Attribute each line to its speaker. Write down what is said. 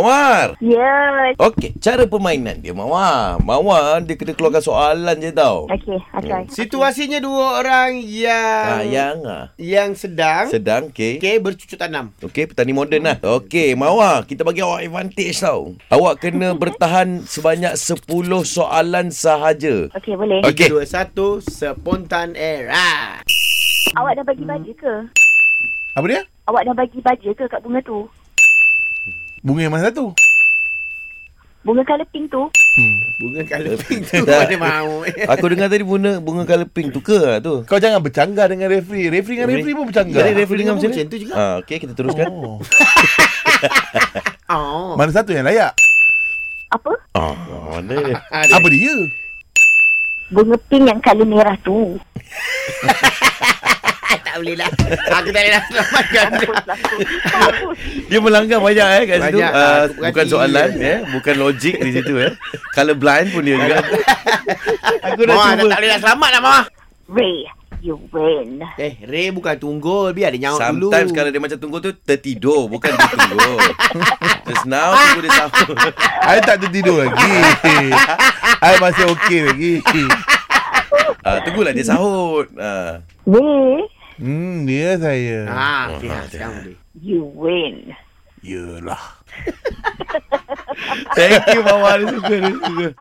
Speaker 1: Mawar.
Speaker 2: Ya.
Speaker 1: Okey, cara permainan dia Mawar. Mawar dia kena keluarkan soalan je tau.
Speaker 2: Okey, okay.
Speaker 3: Situasinya dua orang
Speaker 1: Ah,
Speaker 3: yang
Speaker 1: yang ah.
Speaker 3: yang sedang
Speaker 1: Sedang, okey.
Speaker 3: okey bercucu tanam.
Speaker 1: Okey, petani moden lah. Okey, Mawar, kita bagi awak advantage tau. Awak kena bertahan sebanyak 10 soalan sahaja.
Speaker 2: Okey, boleh.
Speaker 1: Okey.
Speaker 3: Dua satu spontan era.
Speaker 2: Awak dah bagi baja ke?
Speaker 4: Apa dia?
Speaker 2: Awak dah bagi baja ke kat bunga tu?
Speaker 4: Bunga yang mana satu?
Speaker 2: Bunga colour pink tu?
Speaker 3: Bunga kalau pintu
Speaker 1: Tak.
Speaker 3: mana mau.
Speaker 1: Aku dengar tadi bunga bunga colour pink tu ke Ah, tu?
Speaker 4: Kau jangan bercanggah dengan referee. Referee dengan referee pun bercanggah.
Speaker 1: Jadi referee dengan macam
Speaker 3: dengar macam
Speaker 1: mana?
Speaker 3: tu juga.
Speaker 1: Ah, okey, kita teruskan.
Speaker 4: Oh.
Speaker 3: Oh.
Speaker 4: Mana satu yang layak?
Speaker 2: Apa?
Speaker 1: Ah, mana dia?
Speaker 3: Ada.
Speaker 4: Apa dia?
Speaker 2: Bunga pink yang colour merah tu.
Speaker 3: tak boleh lah. Aku tak boleh lah selamatkan.
Speaker 2: Bagus lah tu. Bagus.
Speaker 1: Dia melanggar banyak eh kat situ.
Speaker 3: Banyak,
Speaker 1: Ah,
Speaker 3: aku
Speaker 1: bukan
Speaker 3: perhati.
Speaker 1: soalan eh, bukan logik di situ eh. Kalau blind pun dia juga. Aku dah
Speaker 3: Mawar dah
Speaker 1: cuba.
Speaker 3: tak boleh lah selamat lah Mawar.
Speaker 2: Ray, you win.
Speaker 3: Eh, Ray bukan tunggul. Biar dia nyaut dulu.
Speaker 1: Sometimes kalau dia macam tunggu tu tertidur bukan dia tunggu. Just now tunggu dia sahur.
Speaker 4: I tak tertidur lagi. I masih okey lagi.
Speaker 1: Ah, tunggulah dia sahur. Ah.
Speaker 2: Ray,
Speaker 4: Hmm, dia saya.
Speaker 3: Ah, okay, ah, sekarang boleh.
Speaker 2: you win.
Speaker 4: Yelah.
Speaker 1: Thank you Mawar dia suka dia suka.